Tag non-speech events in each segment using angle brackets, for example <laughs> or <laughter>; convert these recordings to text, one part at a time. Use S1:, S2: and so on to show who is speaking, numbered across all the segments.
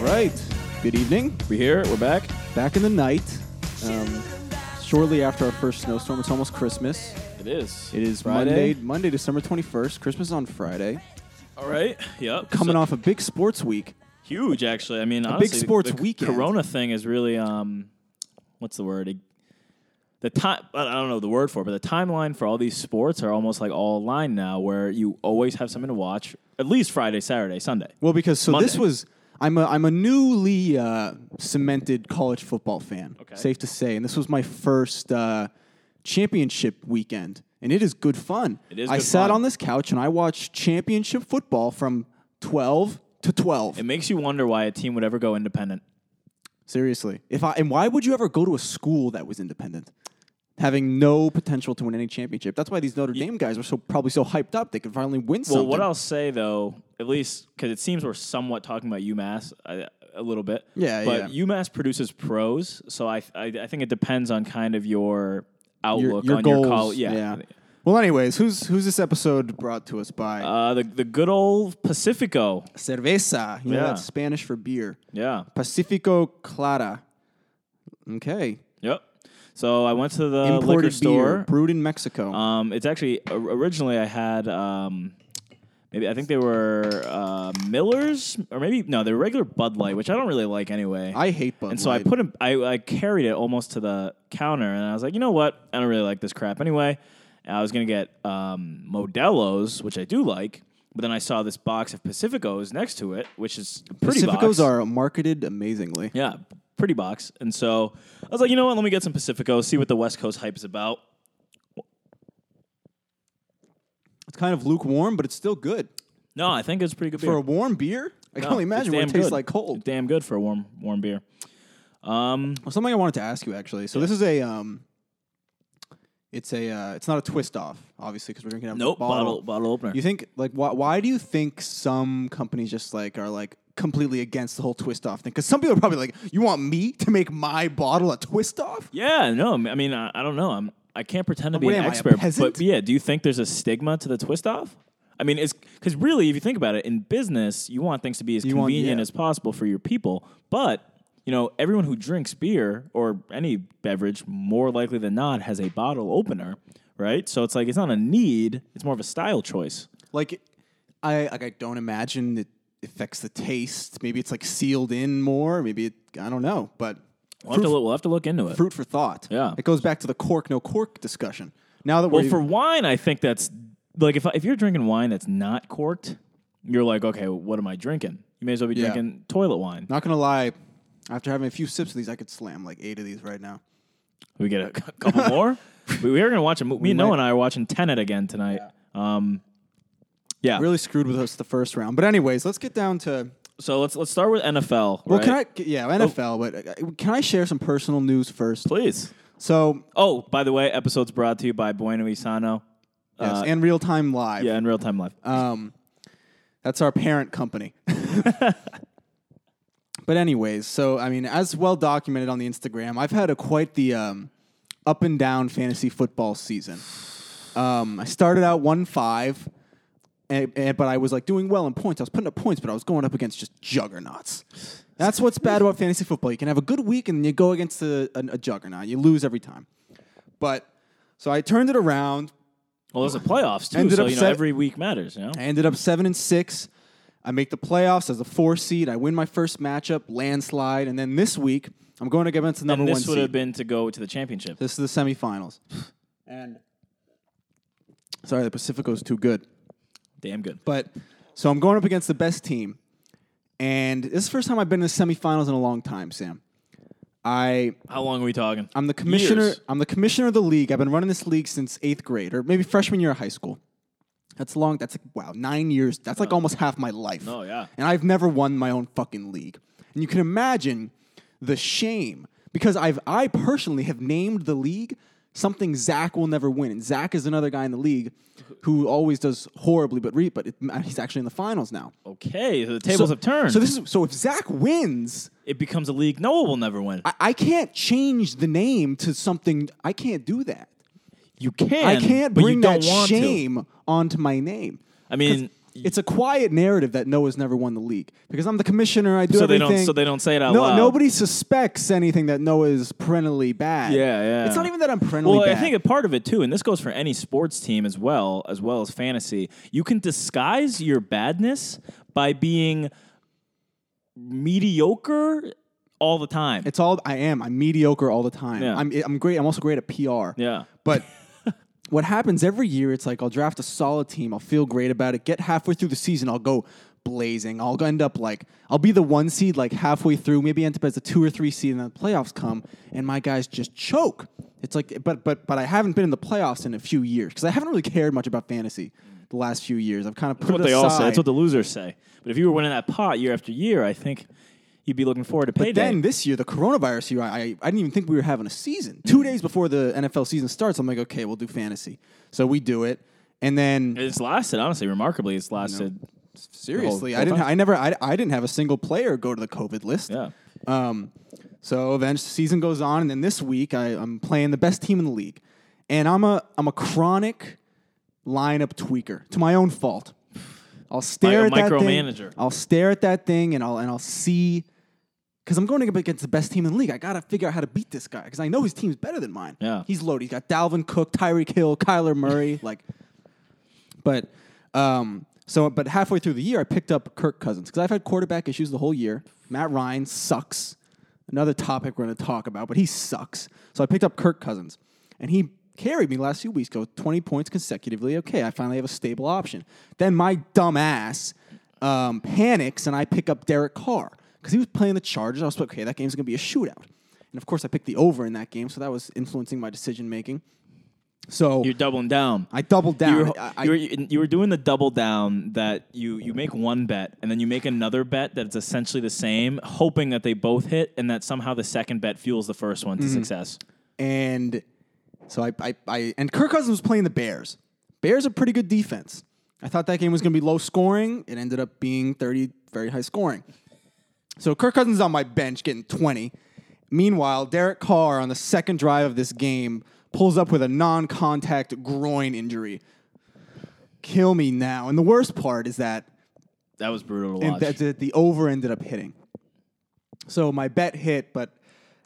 S1: right. Good evening. We're here. We're back. Back in the night. Um, shortly after our first snowstorm. It's almost Christmas.
S2: It is.
S1: It is Monday,
S2: Friday.
S1: Monday, December 21st. Christmas is on Friday.
S2: All right. Yep.
S1: Coming
S2: So-
S1: off a big sports week.
S2: huge, actually. I mean,
S1: big
S2: honestly,
S1: sports
S2: the c-
S1: weekend.
S2: Corona thing is really um, what's the word? It- the time I I don't know the word for, it, but the timeline for all these sports are almost like all aligned now, where you always have something to watch at least Friday, Saturday, Sunday.
S1: Well, because so this
S2: Monday.
S1: was I'm a I'm a newly uh, cemented college football fan.
S2: Okay.
S1: Safe to say, and this was my first uh, championship weekend, and it is good fun.
S2: It is
S1: I
S2: good
S1: sat
S2: fun.
S1: on this couch and I watched championship football from twelve to twelve.
S2: It makes you wonder why a team would ever go independent.
S1: Seriously, if I and why would you ever go to a school that was independent? Having no potential to win any championship. That's why these Notre Dame guys were so probably so hyped up they could finally win
S2: Well,
S1: something.
S2: what I'll say though, at least because it seems we're somewhat talking about UMass uh, a little bit.
S1: Yeah,
S2: but
S1: yeah.
S2: UMass produces pros, so I, I I think it depends on kind of your outlook on
S1: goals.
S2: your college.
S1: Well, anyways, who's who's this episode brought to us by?
S2: Uh, the the good old Pacifico.
S1: Cerveza. You know
S2: Yeah.
S1: that's Spanish for beer.
S2: Yeah.
S1: Pacifico Clara. Okay.
S2: Yep. So I went to the
S1: Imported
S2: Uh, liquor
S1: beer
S2: store.
S1: brewed in Mexico.
S2: Um, it's actually o- originally I had um, maybe I think they were uh, Millers or maybe no, they were regular Bud Light, which I don't really like anyway.
S1: I hate Bud
S2: and so I
S1: Light.
S2: put him, I, I carried it almost to the counter, and I was like, you know what? I don't really like this crap anyway. And I was gonna get um, Modelo's, which I do like, but then I saw this box of Pacificos next to it, which is a pretty.
S1: Pacificos
S2: box.
S1: are marketed amazingly.
S2: Yeah, pretty box. And so I was like, you know what? Let me get some Pacifico, see what the West Coast hype is about.
S1: It's kind of lukewarm, but it's still good.
S2: No, I think it's pretty good beer.
S1: For a warm beer, I can
S2: No,
S1: only imagine
S2: it's
S1: what it
S2: damn
S1: tastes
S2: good.
S1: like cold.
S2: It's damn good for a warm warm beer. Um,
S1: Well, something I wanted to ask you actually. So this is a um it's a uh, it's not a twist off, obviously, because we're drinking out of a
S2: nope,
S1: bottle.
S2: bottle bottle opener.
S1: You think like why, why do you think some companies just like are like completely against the whole twist off thing? Because some people are probably like, you want me to make my bottle a twist off?
S2: yeah, no, I mean I, I don't know. I'm I can't pretend to be
S1: What
S2: an
S1: am I, a
S2: expert,
S1: peasant?
S2: but yeah, do you think there's a stigma to the twist off? I mean, it's because really, if you think about it, in business, you want things to be as
S1: You want-
S2: convenient
S1: yeah.
S2: as possible for your people. But you know, everyone who drinks beer or any beverage, more likely than not, has a bottle opener, right? So it's like it's not a need; it's more of a style choice.
S1: Like, I like I don't imagine it affects the taste. Maybe it's like sealed in more. Maybe it, I don't know. But
S2: We'll have, to
S1: fruit-
S2: look, we'll have to look into it.
S1: fruit for thought.
S2: Yeah.
S1: it goes back to the cork no cork discussion. Now that
S2: Well,
S1: we're
S2: for wine, I think that's like if if you're drinking wine that's not corked, you're like, okay, what am I drinking? You may as well be
S1: Yeah.
S2: drinking toilet wine.
S1: not gonna lie, after having a few sips of these, I could slam like eight of these right now.
S2: We get a <laughs> c- couple more.
S1: <laughs>
S2: We, we are gonna watch a movie. Me and
S1: might.
S2: Noah and I are watching Tenet again tonight. Yeah. Um, yeah.
S1: Really screwed with us the first round. But anyways, let's get down to
S2: So let's let's start with NFL.
S1: Well, can I? Yeah,
S2: Oh.
S1: NFL. But uh, can I share some personal news first?
S2: please?
S1: So
S2: Oh, by the way, episode's brought to you by Bueno Isano.
S1: yes,
S2: Uh,
S1: and real time live.
S2: yeah, in real time life.
S1: Um, that's our parent company. <laughs> but anyways, so I mean, as well documented on the Instagram, I've had a quite the um, up and down fantasy football season. Um, I started out one five, and, and- but I was like doing well in points. I was putting up points, but I was going up against just juggernauts. That's what's bad about fantasy football. You can have a good week and you go against a, a, a juggernaut. You lose every time. But so I turned it around.
S2: well, there's a playoffs too,
S1: ended
S2: so
S1: up
S2: you know
S1: sev-
S2: every week matters. You know,
S1: I ended up seven and six. I make the playoffs as a four seed. I win my first matchup, landslide, and then this week I'm going to get into number
S2: and
S1: one
S2: this would
S1: seed.
S2: have been to go to the championship.
S1: this is the semifinals. and sorry, the Pacifico's too good.
S2: Damn good.
S1: But so I'm going up against the best team, and this is the first time I've been in the semifinals in a long time, Sam. I
S2: How long are we talking?
S1: I'm the commissioner.
S2: Years.
S1: I'm the commissioner of the league. I've been running this league since eighth grade, or maybe freshman year of high school. That's long. That's like wow, nine years. That's like almost half my life.
S2: Oh, yeah.
S1: And I've never won my own fucking league. And you can imagine the shame because I've I personally have named the league something Zach will never win. And Zach is another guy in the league who always does horribly, but re, but it, he's actually in the finals now.
S2: Okay, so the tables
S1: so,
S2: have turned.
S1: So this is so if Zach wins.
S2: it becomes a league Noah will never win.
S1: I- I can't change the name to something. I can't do that.
S2: you can.
S1: I can't
S2: but
S1: bring
S2: you don't
S1: that
S2: want to.
S1: shame onto my name.
S2: I mean,
S1: it's a quiet narrative that Noah's never won the league because I'm the commissioner. I do
S2: So they
S1: everything.
S2: don't. So they don't say it out
S1: no,
S2: loud.
S1: nobody suspects anything that Noah is parentally bad.
S2: Yeah, yeah.
S1: It's not even that I'm parentally
S2: Well, I
S1: bad.
S2: think a part of it too, and this goes for any sports team as well, as well as fantasy. You can disguise your badness by being mediocre all the time.
S1: it's all I am. I'm mediocre all the time.
S2: Yeah.
S1: I'm I'm great. I'm also great at PR.
S2: yeah. <laughs>
S1: But what happens every year, it's like I'll draft a solid team, I'll feel great about it, get halfway through the season, I'll go blazing. I'll end up like, I'll be the one seed like halfway through, maybe end up as a two or three seed, and then the playoffs come, and my guys just choke. It's like, but but but I haven't been in the playoffs in a few years because I haven't really cared much about fantasy the last few years. I've kind of put
S2: That's what
S1: it
S2: they
S1: aside.
S2: all say. That's what the losers say. But if you were winning that pot year after year, I think you'd be looking forward to payday.
S1: But then this year, the coronavirus year, I, I, I didn't even think we were having a season.
S2: Mm.
S1: Two days before the NFL season starts, I'm like, okay, we'll do fantasy. So we do it. And then
S2: it's lasted honestly remarkably. It's lasted.
S1: Seriously,
S2: whole
S1: I didn't.
S2: time.
S1: I never. I, I didn't have a single player go to the COVID list.
S2: Yeah.
S1: Um, so then the season goes on, and then this week I, I'm playing the best team in the league, and I'm a I'm a chronic lineup tweaker to my own fault. I'll stare
S2: Like a
S1: at that
S2: micromanager.
S1: thing. I'll stare at that thing, and I'll and I'll see because I'm going up against the best team in the league. I gotta figure out how to beat this guy because I know his team's better than mine.
S2: Yeah.
S1: he's loaded. He's got Dalvin Cook, Tyreek Hill, Kyler
S2: <laughs>
S1: Murray, like. But um, so but halfway through the year, I picked up Kirk Cousins because I've had quarterback issues the whole year. Matt Ryan sucks. Another topic we're going to talk about, but he sucks. So I picked up Kirk Cousins, and he carried me last few weeks. Go twenty points consecutively. Okay, I finally have a stable option. Then my dumb ass um, panics, and I pick up Derek Carr because he was playing the Chargers. I was like, okay, that game's going to be a shootout. And of course, I picked the over in that game, so that was influencing my decision making. So
S2: You're doubling down.
S1: I doubled down.
S2: You were,
S1: I- I-
S2: you, were, you were doing the double down that you, you make one bet and then you make another bet that's essentially the same, hoping that they both hit and that somehow the second bet fuels the first one to
S1: Mm-hmm.
S2: success.
S1: And so I, I, I and Kirk Cousins was playing the Bears. Bears are pretty good defense. I thought that game was going to be low scoring. It ended up being 30, very high scoring. So Kirk Cousins is on my bench getting 20. Meanwhile, Derek Carr on the second drive of this game pulls up with a non contact groin injury. Kill me now. And the worst part is that
S2: That was brutal to
S1: and
S2: watch.
S1: that, that the over ended up hitting. So my bet hit, but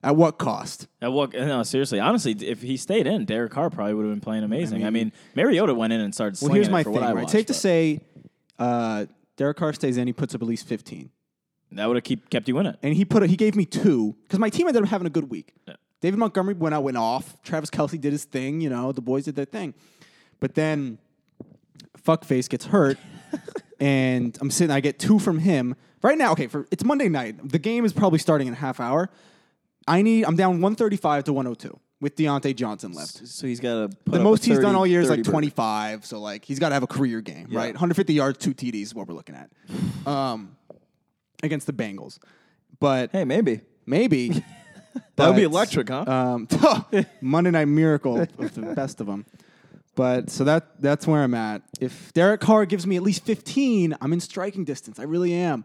S1: at what cost?
S2: That wa- no, seriously, honestly, if he stayed in, Derek Carr probably would have been playing amazing. I mean, Mariota went in and started.
S1: Well,
S2: slinging
S1: here's
S2: it
S1: my
S2: for
S1: thing,
S2: what I
S1: right?
S2: watched,
S1: Safe to
S2: but
S1: say, uh, Derek Carr stays in. He puts up at least 15,
S2: that would have keep kept you in it.
S1: and he put a, he gave me two because my team ended up having a good week. David Montgomery went out, went off. Travis Kelsey did his thing. You know, the boys did their thing, but then fuckface gets
S2: <laughs>
S1: hurt, and I'm sitting. I get two from him right now. Okay, for it's Monday night. The game is probably starting in a half hour. I need. I'm down 135 to 102 with Deontay Johnson left.
S2: So he's got to.
S1: The most he's done all year is like 25. So like he's got to have a career game, right? 150 yards, two TDs is what we're <sighs> looking at um, against the Bengals. But
S3: Hey, maybe.
S1: <laughs> maybe
S3: That would be
S1: but,
S3: electric, huh?
S1: Um, <laughs> Monday Night Miracle of the best of them. But so that that's where I'm at. If Derek Carr gives me at least 15, I'm in striking distance. I really am.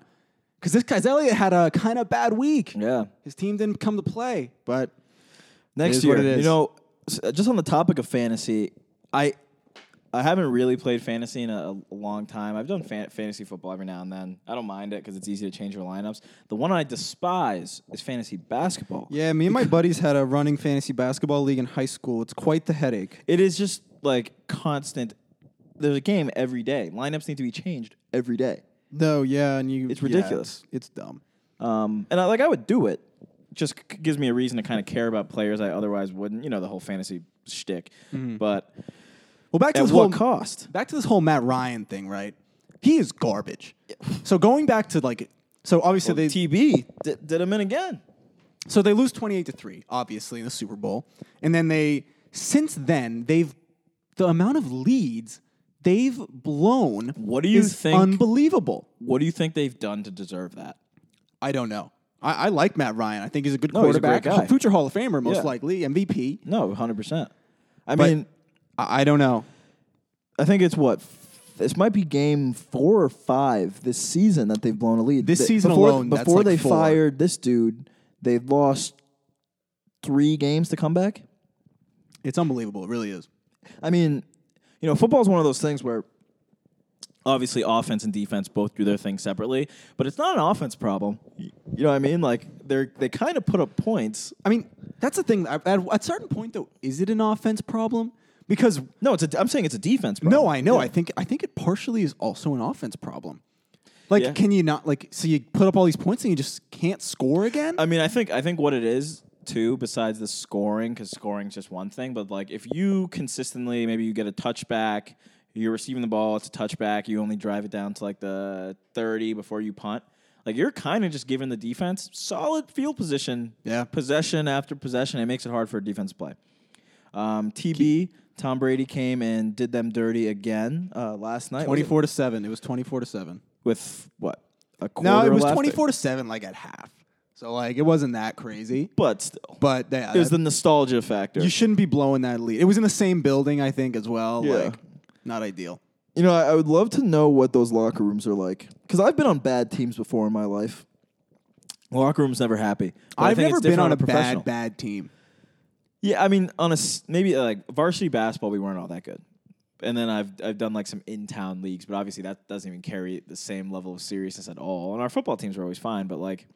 S1: Because this guy's Elliott had a kind of bad week.
S3: yeah.
S1: His team didn't come to play, but
S3: Next
S1: is
S3: year,
S1: what it is.
S3: you know, s- uh, just on the topic of fantasy, I I haven't really played fantasy in a, a long time. I've done fan- fantasy football every now and then. I don't mind it because it's easy to change your lineups. The one I despise is fantasy basketball.
S1: Yeah, me and my buddies had a running fantasy basketball league in high school. It's quite the headache.
S3: It is just like constant. There's a game every day. Lineups need to be changed every day.
S1: No, yeah, and you
S3: It's
S1: yeah,
S3: ridiculous.
S1: it's, it's dumb.
S3: Um, and I, like I would do it. Just c- gives me a reason to kind of care about players I otherwise wouldn't. You know the whole fantasy shtick.
S1: Mm-hmm.
S3: But
S1: Well, back to
S3: at
S1: this
S3: what
S1: whole
S3: cost?
S1: back to this whole Matt Ryan thing, right? He is garbage. So going back to like so obviously they
S3: TB did, did him in again.
S1: so they lose 28 to 3 obviously in the Super Bowl. And then they since then they've the amount of leads they've blown
S2: What do you
S1: is
S2: think-
S1: unbelievable.
S2: What do you think they've done to deserve that?
S1: I don't know. I, I like Matt Ryan. I think he's a good
S3: No, he's a great
S1: quarterback,
S3: guy.
S1: future Hall of Famer most
S3: Yeah.
S1: likely, MVP.
S3: No, hundred percent. I
S1: But-
S3: mean,
S1: I, I don't know.
S3: I think it's what f- this might be game four or five this season that they've blown a lead.
S1: This
S3: They-
S1: season
S3: before,
S1: alone, that's
S3: before
S1: like
S3: they
S1: four.
S3: fired this dude, they lost three games to come back.
S1: It's unbelievable. It really is.
S3: I mean, you know, football is one of those things where
S2: Obviously, offense and defense both do their thing separately, but it's not an offense problem. You know what I mean? Like they're they kind of put up points.
S1: I mean, that's the thing. At, at a certain point, though, is it an offense problem? Because
S2: No, it's a, I'm saying it's a defense. Problem.
S1: no, I know.
S2: Yeah.
S1: I think I think it partially is also an offense problem. Like,
S2: Yeah.
S1: can you not like? So you put up all these points and you just can't score again.
S2: I mean, I think I think what it is too, besides the scoring, because scoring's just one thing. But like, if you consistently, maybe you get a touchback, you're receiving the ball, it's a touchback, you only drive it down to like the thirty before you punt. Like you're kind of just giving the defense solid field position,
S1: Yeah.
S2: possession after possession. It makes it hard for a defense play. Um, TB Tom Brady came and did them dirty again uh, last night. Was it-
S1: twenty-four to seven. It was twenty-four to seven.
S2: with what a quarter.
S1: No, it was
S2: left?
S1: twenty-four to seven, like at half. So like, it wasn't that crazy.
S2: but still,
S1: But yeah,
S2: it was
S1: that-
S2: the nostalgia factor.
S1: you shouldn't be blowing that lead. It was in the same building, I think, as well.
S3: Yeah.
S1: Like, not ideal.
S3: You know, I, I would love to know what those locker rooms are like because I've been on bad teams before in my life.
S2: Locker room's never happy. but I
S1: I've
S2: think
S1: never
S2: it's
S1: been
S2: different
S1: on a
S2: professional.
S1: bad, bad team.
S2: Yeah, I mean, on a s- maybe uh, like varsity basketball, we weren't all that good. And then I've I've done like some in town leagues, but obviously that doesn't even carry the same level of seriousness at all. And our football teams were always fine, but like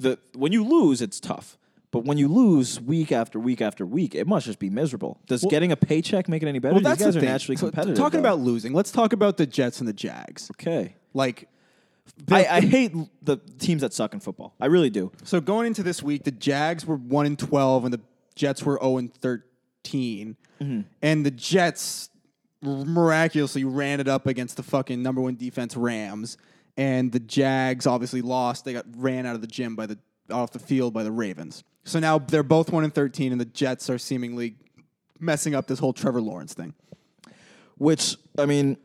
S2: the when you lose, it's tough. But when you lose week after week after week, it must just be miserable. Does getting a paycheck make it any better?
S1: Well,
S2: These
S1: that's
S2: guys
S1: the
S2: are
S1: thing.
S2: naturally
S1: So, t-
S2: competitive.
S1: talking
S2: though.
S1: about losing, let's talk about the Jets and the Jags.
S2: okay,
S1: Like,
S2: I, I hate l- the teams that suck in football. I really do.
S1: so going into this week, the Jags were one and twelve, and the Jets were zero and 13
S2: Mm-hmm.
S1: and the Jets miraculously ran it up against the fucking number one defense Rams, and the Jags obviously lost. They got ran out of the gym by the off the field by the Ravens. So now they're both one and thirteen, and the Jets are seemingly messing up this whole Trevor Lawrence thing.
S3: Which I mean,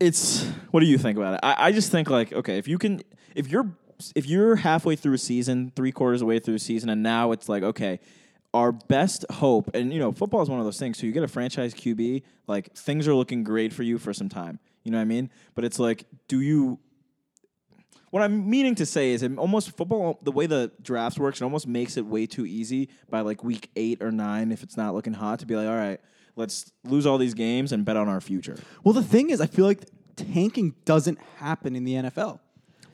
S2: it's what do you think about it? I, I just think like okay, if you can, if you're if you're halfway through a season, three quarters away through a season, and now it's like okay, our best hope, and you know, football is one of those things. So you get a franchise QB, like things are looking great for you for some time. You know what I mean? But it's like, do you? What I'm meaning to say is, it almost football, the way the drafts works, it almost makes it way too easy by like week eight or nine, if it's not looking hot, to be like, all right, let's lose all these games and bet on our future.
S1: Well, the thing is, I feel like tanking doesn't happen in the NFL.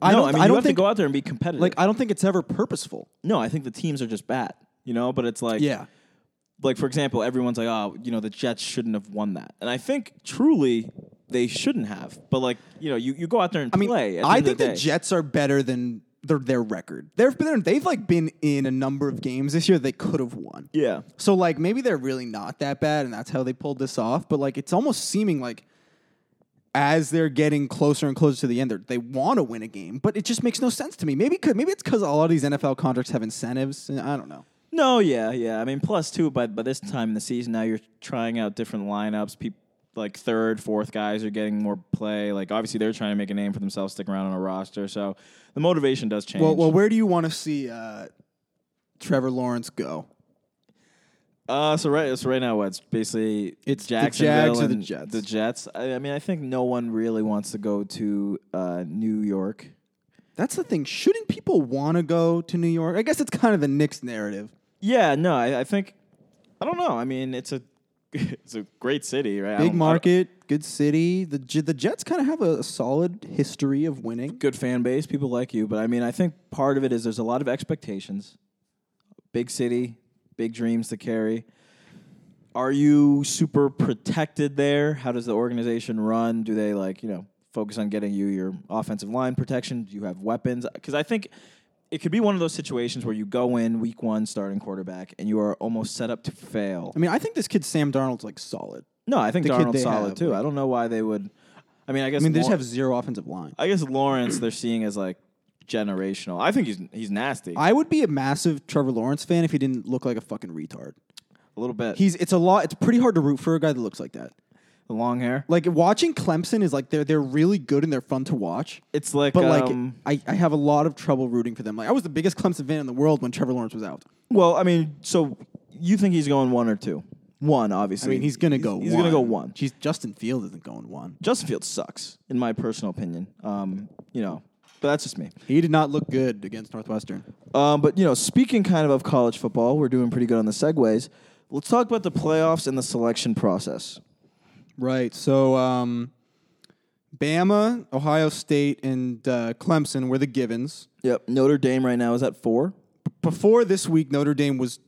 S2: I
S1: I
S2: no,
S1: don't.
S2: I mean, you
S1: don't
S2: have
S1: think
S2: to go out there and be competitive.
S1: like I don't think it's ever purposeful.
S2: no, I think the teams are just bad, you know. But it's like,
S1: Yeah.
S2: like for example, everyone's like, oh, you know, the Jets shouldn't have won that, and I think truly they shouldn't have. But like, you know, you, you go out there and
S1: I mean,
S2: play. at the
S1: I
S2: end of
S1: think the,
S2: day.
S1: Jets are better than their their record. They've been they've like been in a number of games this year they could have won.
S2: yeah,
S1: So like maybe they're really not that bad and that's how they pulled this off, but like it's almost seeming like as they're getting closer and closer to the end, they're- they want to win a game, but it just makes no sense to me. Maybe 'cause- maybe it's because a lot of these NFL contracts have incentives. and I don't know.
S2: no, yeah, yeah. I mean, plus two by by this time in the season, now you're trying out different lineups. People like third, fourth guys are getting more play. Like obviously they're trying to make a name for themselves, stick around on a roster. So the motivation does change.
S1: Well, well, where do you want to see uh, Trevor Lawrence go?
S2: Uh, so right, so right now, it's basically
S1: It's the
S2: Jacksonville
S1: Jags or the
S2: and
S1: Jets?
S2: The Jets. I, I mean, I think no one really wants to go to uh, New York.
S1: That's the thing. Shouldn't people want to go to New York? I guess it's kind of the Knicks narrative.
S2: Yeah, no, I, I think I don't know. I mean, it's a <laughs> it's a great city, right? I don't- I
S1: Big
S2: don't-
S1: market, good city. The J- the Jets kind of have a, a solid history of winning.
S2: good fan base, people like you. But I mean, I think part of it is there's a lot of expectations. Big city, big dreams to carry. Are you super protected there? How does the organization run? Do they like, you know, focus on getting you your offensive line protection? Do you have weapons? Because I think it could be one of those situations where you go in week one starting quarterback and you are almost set up to fail.
S1: I mean, I think this kid Sam Darnold's like solid.
S2: No, I think
S1: The kid
S2: Darnold's
S1: they
S2: solid
S1: have,
S2: too.
S1: like-
S2: I don't know why they would. I mean, I guess
S1: I mean, they just
S2: Law-
S1: have zero offensive line.
S2: I guess Lawrence they're seeing as like generational. I think he's he's nasty
S1: I would be a massive Trevor Lawrence fan if he didn't look like a fucking retard.
S2: a little bit.
S1: He's it's a lot. It's pretty hard to root for a guy that looks like that.
S2: the long hair.
S1: Like watching Clemson is like they're they're really good and they're fun to watch.
S2: It's like
S1: But
S2: um,
S1: like I, I have a lot of trouble rooting for them. Like I was the biggest Clemson fan in the world when Trevor Lawrence was out.
S2: well, I mean, so you think he's going one or two? One,
S1: I
S2: obviously.
S1: mean, he's gonna go.
S2: He's, gonna go one.
S1: He's Justin Field isn't going one.
S2: Justin Fields sucks, in my personal opinion. Um, you know, but that's just me.
S1: He did not look good against Northwestern.
S3: um, but you know, speaking kind of of college football, we're doing pretty good on the segues. Let's talk about the playoffs and the selection process.
S1: Right. So um, Bama, Ohio State, and uh, Clemson were the givens.
S2: Yep. Notre Dame right now is at four.
S1: Before this week, Notre Dame was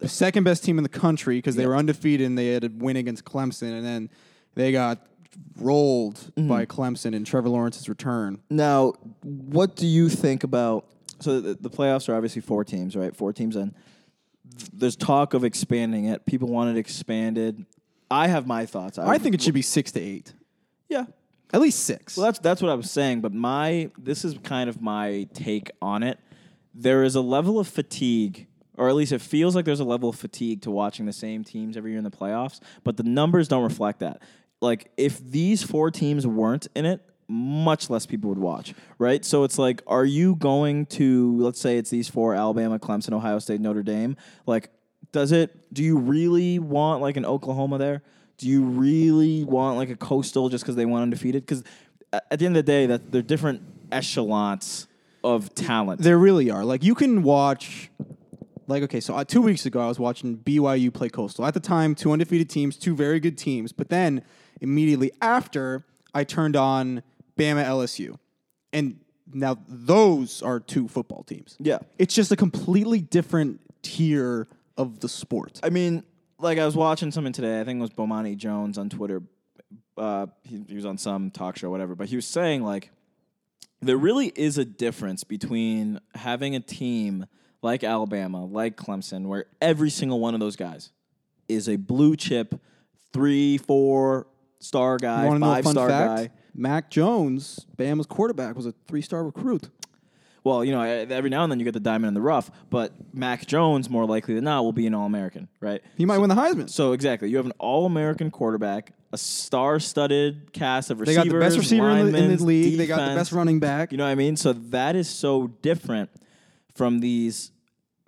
S1: the second best team in the country because they were undefeated and they had a win against Clemson, and then they got rolled by
S2: Mm-hmm.
S1: Clemson in Trevor Lawrence's return.
S2: Now, what do you think about? So the, the playoffs are obviously four teams, right? Four teams in. There's talk of expanding it. People want it expanded. I have my thoughts.
S1: I think it should be six to eight,
S2: yeah.
S1: at least six.
S2: Well, that's that's what I was saying. But my this is kind of my take on it. There is a level of fatigue, or at least it feels like there's a level of fatigue to watching the same teams every year in the playoffs. But the numbers don't reflect that. Like if these four teams weren't in it, much less people would watch, right? So it's like, are you going to let's say it's these four: Alabama, Clemson, Ohio State, Notre Dame. Like, does it? Do you really want like an Oklahoma there? Do you really want like a coastal just because they went undefeated? Because at the end of the day, that they're different echelons of talent.
S1: There really are. Like you can watch. Like okay, so uh, two weeks ago I was watching BYU play Coastal. At the time, two undefeated teams, two very good teams. But then immediately after, I turned on Bama LSU, and now those are two football teams.
S2: Yeah.
S1: it's just a completely different tier of the sport.
S2: I mean, like I was watching something today. I think it was Bomani Jones on Twitter. Uh, he, he was on some talk show, whatever. But he was saying like, there really is a difference between having a team like Alabama, like Clemson, where every single one of those guys is a blue chip, three, four star guy,
S1: Wanna know a
S2: five
S1: fun
S2: star
S1: fact?
S2: guy.
S1: Mac Jones, Bama's quarterback, was a three-star recruit.
S2: Well, you know, every now and then you get the diamond in the rough, but Mac Jones, more likely than not, will be an All American, right?
S1: He might win the Heisman.
S2: So exactly, you have an all-American quarterback, a star-studded cast of
S1: They
S2: receivers.
S1: got the best receiver in the, in
S2: linemen,
S1: the league. They got the
S2: defense.
S1: best running back.
S2: You know what I mean? So that is so different from these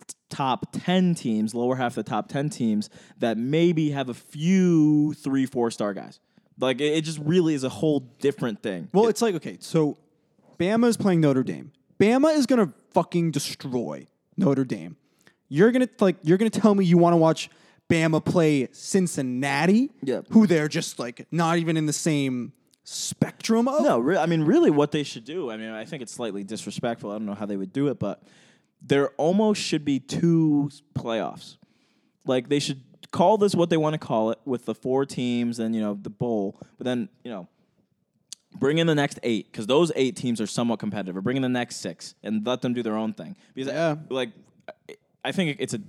S2: t- top 10 teams, lower half of the top 10 teams that maybe have a few 3 4 star guys. Like it, it just really is a whole different thing.
S1: Well, it's like okay, so Bama is playing Notre Dame. Bama is gonna fucking destroy Notre Dame. You're gonna like you're gonna tell me you want to watch Bama play Cincinnati,
S2: Yep.
S1: who they're just like not even in the same spectrum of.
S2: No, re- I mean, really, what they should do. I mean, I think it's slightly disrespectful. I don't know how they would do it, but there almost should be two s- playoffs. Like they should call this what they want to call it with the four teams and you know the bowl, but then you know bring in the next eight because those eight teams are somewhat competitive. Or bring in the next six and let them do their own thing because
S1: Yeah.
S2: like I- I think it's a.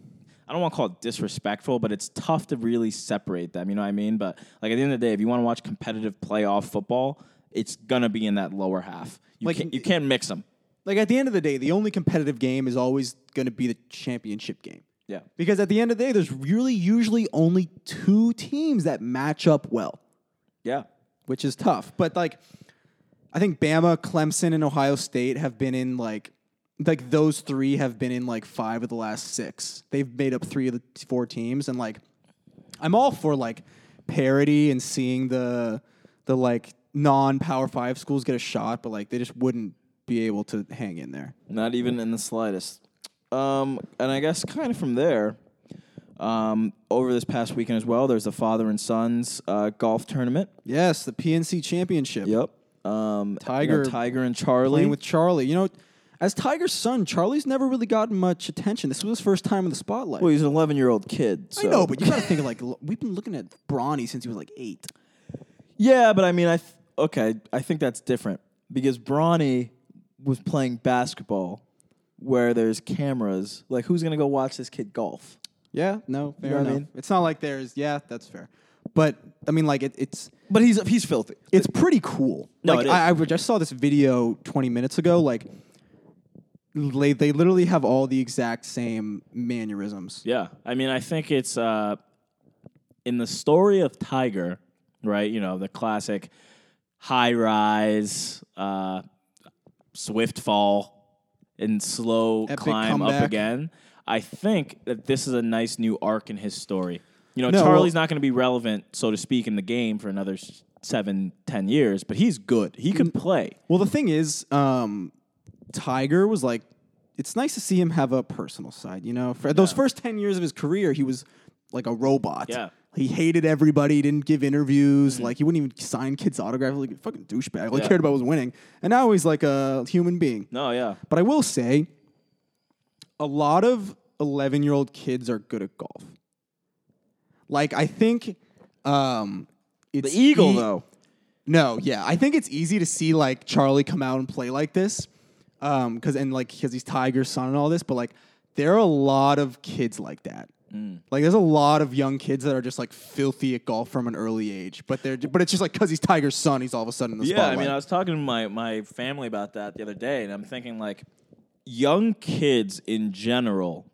S2: I don't want to call it disrespectful, but it's tough to really separate them. You know what I mean? But like at the end of the day, if you want to watch competitive playoff football, it's gonna be in that lower half. You
S1: Like-
S2: can't you can't mix them.
S1: Like at the end of the day, the only competitive game is always gonna be the championship game.
S2: Yeah.
S1: Because at the end of the day, there's really usually only two teams that match up well.
S2: Yeah.
S1: which is tough. But like, I think Bama, Clemson, and Ohio State have been in like, like those three have been in like five of the last six. They've made up three of the t- four teams, and like, I'm all for like parity and seeing the the like non Power Five schools get a shot, but like they just wouldn't be able to hang in there.
S2: Not even in the slightest. Um, and I guess kind of from there, um, over this past weekend as well, there's the father and sons uh, golf tournament.
S1: Yes, the PNC Championship.
S2: Yep. Um, you know,
S1: Tiger-
S2: Tiger and Charlie.
S1: Playing with Charlie, you know. As Tiger's son, Charlie's never really gotten much attention. This was his first time in the spotlight.
S2: well, he's an 11 year old kid. So.
S1: I know, but you gotta think of like l- we've been looking at Bronny since he was like eight.
S2: Yeah, but I mean, I th- okay, I think that's different because Bronny was playing basketball where there's cameras. Like, who's gonna go watch this kid golf?
S1: Yeah, no, fair
S2: know what I
S1: enough.
S2: mean?
S1: It's not like there's yeah, that's fair. But I mean, like it, it's
S2: But he's he's filthy.
S1: it's pretty cool.
S2: No,
S1: like
S2: it is.
S1: I, I would- I saw this video 20 minutes ago. Like they, they literally have all the exact same mannerisms.
S4: Yeah. I mean, I think it's uh, in the story of Tiger, right? You know, the classic high rise, uh, swift fall, and slow
S1: Epic
S4: climb
S1: comeback.
S4: up again. I think that this is a nice new arc in his story. You know,
S1: No,
S4: Charlie's
S1: well-
S4: not going to be relevant, so to speak, in the game for another s- seven, ten years, but he's good. He can play.
S1: Well, the thing is, um, Tiger was like, it's nice to see him have a personal side. You know, for those first 10 years of his career, he was like a robot.
S4: Yeah.
S1: He hated everybody. He didn't give interviews. Like he wouldn't even sign kids' autographs. Like a fucking douchebag. All he
S2: Yeah.
S1: cared about was winning. And now he's like a human being.
S2: No, yeah.
S1: But I will say, a lot of 11 year old kids are good at golf. Like, I think um, it's
S3: The eagle
S1: e-
S3: though.
S1: No, yeah. I think it's easy to see, like, Charlie come out and play like this. Um, cause, and, like, because he's Tiger's son and all this. But, like, there are a lot of kids like that.
S2: Mm.
S1: Like there's a lot of young kids that are just like filthy at golf from an early age, but they're but it's just like because he's Tiger's son, he's all of a sudden in the
S2: Yeah,
S1: spotlight.
S2: I mean, I was talking to my, my family about that the other day, and I'm thinking like, young kids in general,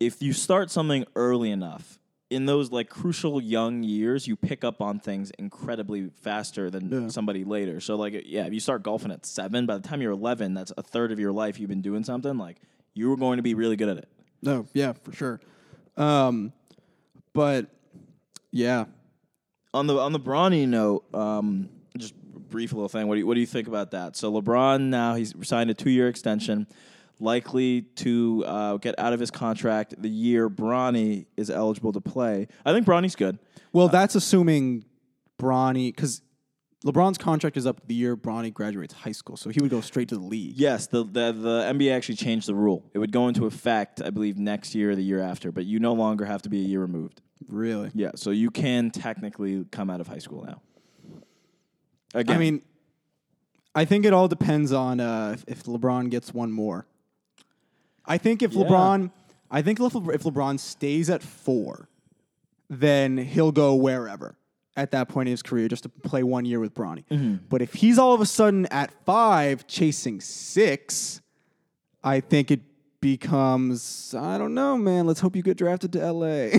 S2: if you start something early enough, in those like crucial young years, you pick up on things incredibly faster than somebody later. So like, yeah, if you start golfing at seven, by the time you're 11, that's a third of your life you've been doing something. Like, you were going to be really good at it.
S1: No, yeah, for sure. Um, but yeah,
S2: on the on the Bronny note, um, just a brief little thing. What do you, what do you think about that? So LeBron now he's signed a two year extension, likely to uh, get out of his contract the year Bronny is eligible to play. I think Bronny's good.
S1: well, that's assuming Bronny because LeBron's contract is up the year Bronny graduates high school, so he would go straight to the league.
S2: Yes, the, the the NBA actually changed the rule. It would go into effect, I believe, next year or the year after. But you no longer have to be a year removed.
S1: Really?
S2: Yeah, so you can technically come out of high school now. Again,
S1: I mean, I think it all depends on uh, if, if LeBron gets one more. I think if LeBron, I think if Le- if LeBron stays at four, then he'll go wherever at that point in his career just to play one year with Bronny.
S2: Mm-hmm.
S1: But if he's all of a sudden at five chasing six, I think it becomes I don't know, man. Let's hope you get drafted to <laughs> LA.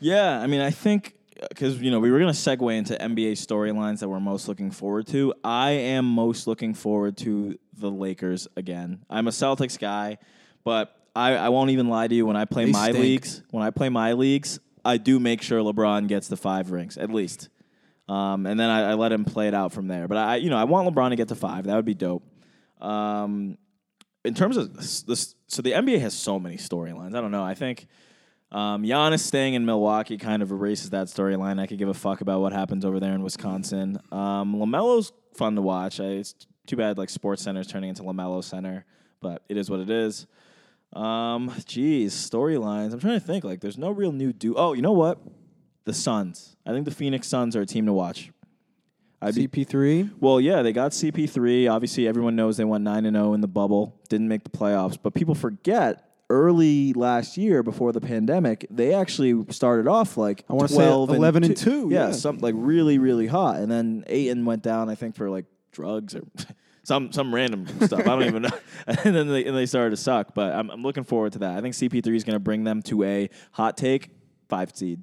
S2: Yeah, I mean, I think because you know we were gonna segue into NBA storylines that we're most looking forward to. I am most looking forward to the Lakers again. I'm a Celtics guy, but I, I won't even lie to you. When I play
S1: They
S2: my
S1: stink.
S2: leagues, when I play my leagues, I do make sure LeBron gets the five rings at least, um, and then I, I let him play it out from there. But I, you know, I want LeBron to get to five. That would be dope. Um, in terms of this, this, so the NBA has so many storylines. I don't know. I think um, Giannis staying in Milwaukee kind of erases that storyline. I could give a fuck about what happens over there in Wisconsin. Um, Lamelo's fun to watch. I, it's too bad like Sports Center is turning into Lamelo Center, but it is what it is. Um, geez, storylines. I'm trying to think. Like, there's no real new do. Oh, you know what? The Suns. I think the Phoenix Suns are a team to watch. I'd be
S1: CP three.
S2: well, yeah, they got CP3. Obviously, everyone knows they went 9 and 0 in the bubble, didn't make the playoffs, but people forget early last year before the pandemic, they actually started off like I
S1: wanna say
S2: 12
S1: 11 and two,
S2: Yeah,
S1: yeah.
S2: something like really really hot and then Aiton went down I think for like drugs or <laughs> some some random stuff. I don't even know. <laughs> And then they, and they started to suck, but I'm, I'm looking forward to that. I think CP3 is going to bring them to a hot take 5 seed.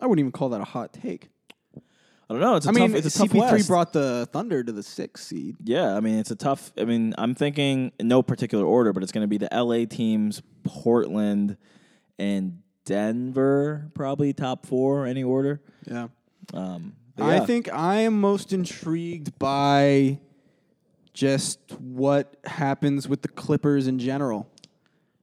S1: I wouldn't even call that a hot take.
S2: I don't know. It's a
S1: I
S2: tough,
S1: mean,
S2: it's a tough
S1: CP3
S2: West.
S1: brought the Thunder to the sixth seed.
S2: Yeah, I mean it's a tough. I mean I'm thinking in no particular order, but it's going to be the LA teams, Portland, and Denver probably top four any order.
S1: Yeah.
S2: Um, but
S1: I
S2: yeah.
S1: think I am most intrigued by just what happens with the Clippers in general.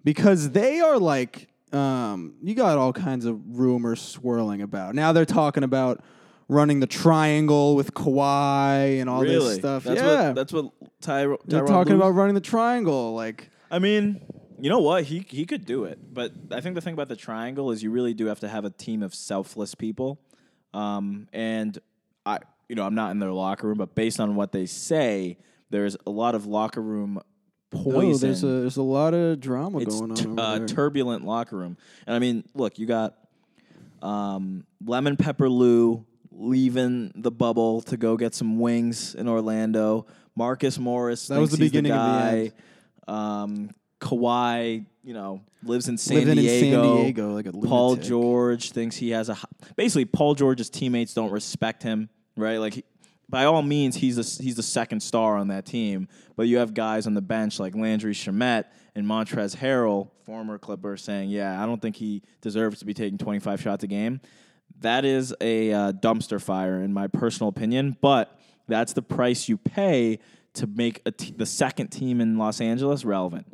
S1: Because they are like, um, you got all kinds of rumors swirling about. Now they're talking about running the triangle with Kawhi and all
S2: really
S1: this stuff.
S2: That's
S1: yeah.
S2: what, that's what Ty,
S1: they're
S2: Tyronn
S1: talking
S2: Lue's-
S1: about running the triangle. Like,
S2: I mean, you know what? He he could do it, but I think the thing about the triangle is you really do have to have a team of selfless people. Um, and I, you know, I'm not in their locker room, but based on what they say, there's a lot of locker room poison.
S1: oh, there's a, there's a lot of drama
S2: it's
S1: going on.
S2: tu-
S1: over
S2: uh,
S1: there.
S2: turbulent locker room. And I mean, look, you got um, Lemon Pepper Lou leaving the bubble to go get some wings in Orlando. Marcus Morris.
S1: That was
S2: thinks
S1: the
S2: he's
S1: beginning of the
S2: guy.
S1: end.
S2: Um, Kawhi, you know, lives in San
S1: Living in San
S2: Diego.
S1: Diego like a
S2: Paul
S1: lunatic.
S2: George thinks he has a. hi- Basically, Paul George's teammates don't respect him, right? Like, he, by all means, he's the he's the second star on that team. But you have guys on the bench like Landry Shamet and Montrez Harrell, former Clipper, saying, "Yeah, I don't think he deserves to be taking 25 shots a game." That is a uh, dumpster fire, in my personal opinion. But that's the price you pay to make a t- the second team in Los Angeles relevant.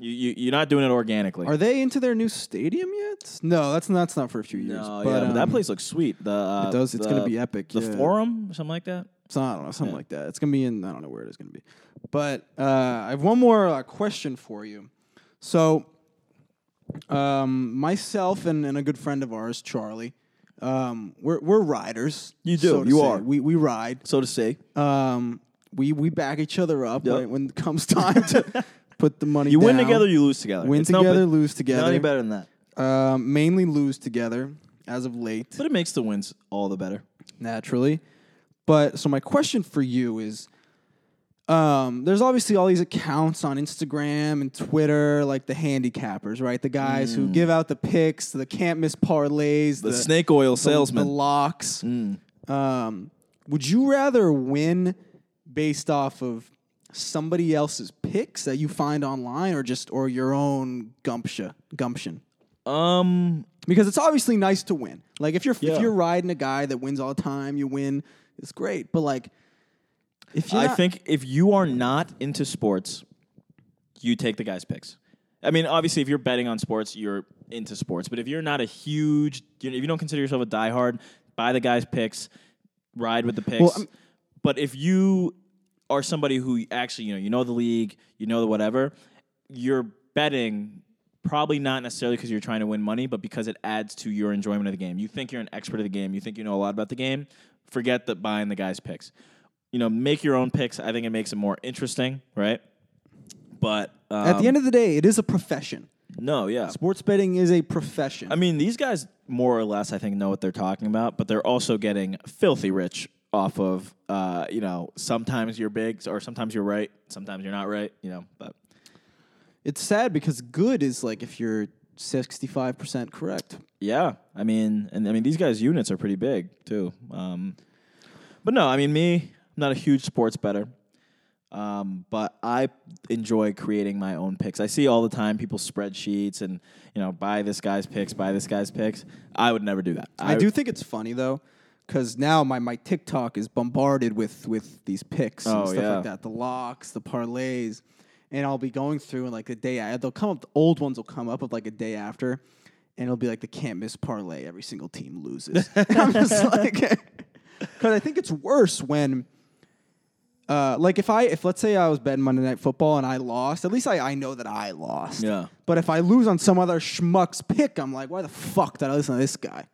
S2: You, you you're not doing it organically.
S1: Are they into their new stadium yet? No, that's not, that's not for a few years.
S2: No,
S1: but,
S2: yeah, but that
S1: um,
S2: place looks sweet. The uh,
S1: it does. It's
S2: the-
S1: gonna be epic.
S2: The
S1: yeah.
S2: forum, something like that.
S1: So, I don't know, something like that. It's gonna be in. I don't know where it is gonna be. But uh, I have one more uh, question for you. So, um, myself and, and a good friend of ours, Charlie, um, we're we're riders.
S2: You do,
S1: so to
S2: you
S1: say.
S2: are.
S1: We we ride.
S2: So to say,
S1: Um, we we back each other up
S2: Yep.
S1: when, when it comes <laughs> time
S2: <laughs>
S1: to put the money.
S2: you win
S1: down.
S2: together, you lose together.
S1: Win
S2: It's no-
S1: together,
S2: it's
S1: lose
S2: Not any
S1: together.
S2: better than that.
S1: <laughs> Um, mainly lose together as of late.
S2: But it makes the wins all the better.
S1: naturally. But so my question for you is um, there's obviously all these accounts on Instagram and Twitter, like the handicappers, right? The guys who give out the picks, the can't miss parlays,
S2: Mm. The, snake oil
S1: the-
S2: salesman. Mm.
S1: the locks. Um, would you rather win based off of somebody else's picks that you find online, or just or your own gumption? Gumption
S2: um,
S1: because it's obviously nice to win. Like if you're
S2: Yeah.
S1: if you're riding a guy that wins all the time, you win. It's great, but like if you
S2: I think if you are not into sports, you take the guy's picks. I mean, obviously, if you're betting on sports, you're into sports. But if you're not a huge, you know, if you don't consider yourself a diehard, buy the guy's picks, ride with the picks.
S1: I'm-
S2: but if you are somebody who actually, you know, you know the league, you know the whatever, you're betting probably not necessarily because you're trying to win money, but because it adds to your enjoyment of the game. You think you're an expert of the game. You think you know a lot about the game. Forget that buying the guy's picks. You know, make your own picks. I think it makes it more interesting, right? But um,
S1: at the end of the day, it is a profession.
S2: no, yeah.
S1: Sports betting is a profession.
S2: I mean, these guys more or less, I think, know what they're talking about, but they're also getting filthy rich off of, uh, you know, sometimes you're big or sometimes you're right, sometimes you're not right, you know. But
S1: it's sad because good is like if you're sixty five percent correct.
S2: yeah, I mean, and I mean, these guys' units are pretty big too. Um, but no, I mean, me, I'm not a huge sports better. Um, but I enjoy creating my own picks. I see all the time people spreadsheets and you know buy this guy's picks, buy this guy's picks. I would never do that.
S1: I, do think it's funny though, because now my, my TikTok is bombarded with with these picks
S2: Oh,
S1: and stuff
S2: yeah.
S1: like that, the locks, the parlays, and I'll be going through and like the day I, they'll come up, the old ones will come up of like a day after, and it'll be like the can't miss parlay, every single team loses. <laughs> I'm
S2: <laughs>
S1: just like, <laughs> because I think it's worse when. Uh, like if I if let's say I was betting Monday Night Football and I lost, at least I, I know that I lost.
S2: Yeah.
S1: But if I lose on some other schmuck's pick, I'm like, why the fuck did I listen to this guy?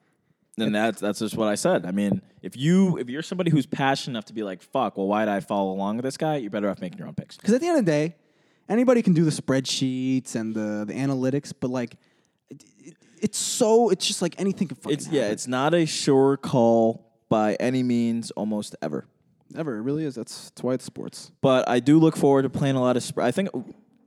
S2: And that's that's just what I said. I mean, if you if you're somebody who's passionate enough to be like, fuck, well, why did I follow along with this guy? You're better off making your own picks.
S1: Because at the end of the day, anybody can do the spreadsheets and the, the analytics, but like, it, it- it's so it's just like anything can fucking
S2: It's yeah,
S1: happen.
S2: it's not a sure call by any means, almost ever.
S1: never it really is. That's, that's why it's sports.
S2: But I do look forward to playing a lot of. Sp- I think oh,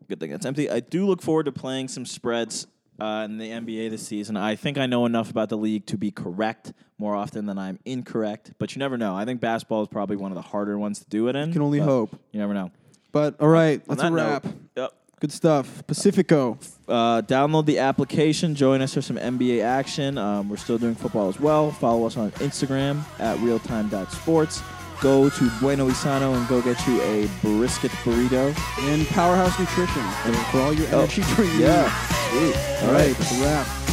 S2: good thing that's empty. I do look forward to playing some spreads uh, in the NBA this season. I think I know enough about the league to be correct more often than I'm incorrect. But you never know. I think basketball is probably one of the harder ones to do it in. You
S1: can only hope.
S2: You never know.
S1: But all right,
S2: On
S1: that's a
S2: that note-
S1: wrap.
S2: Yep.
S1: Good stuff. Pacifico.
S2: uh, download the application. Join us for some NBA action. Um, we're still doing football as well. Follow us on Instagram at realtime.sports. Go to Bueno Isano and go get you a brisket burrito.
S1: Oh, And Powerhouse Nutrition for all your energy drink. needs.
S2: Yeah.
S1: All right, that's a wrap.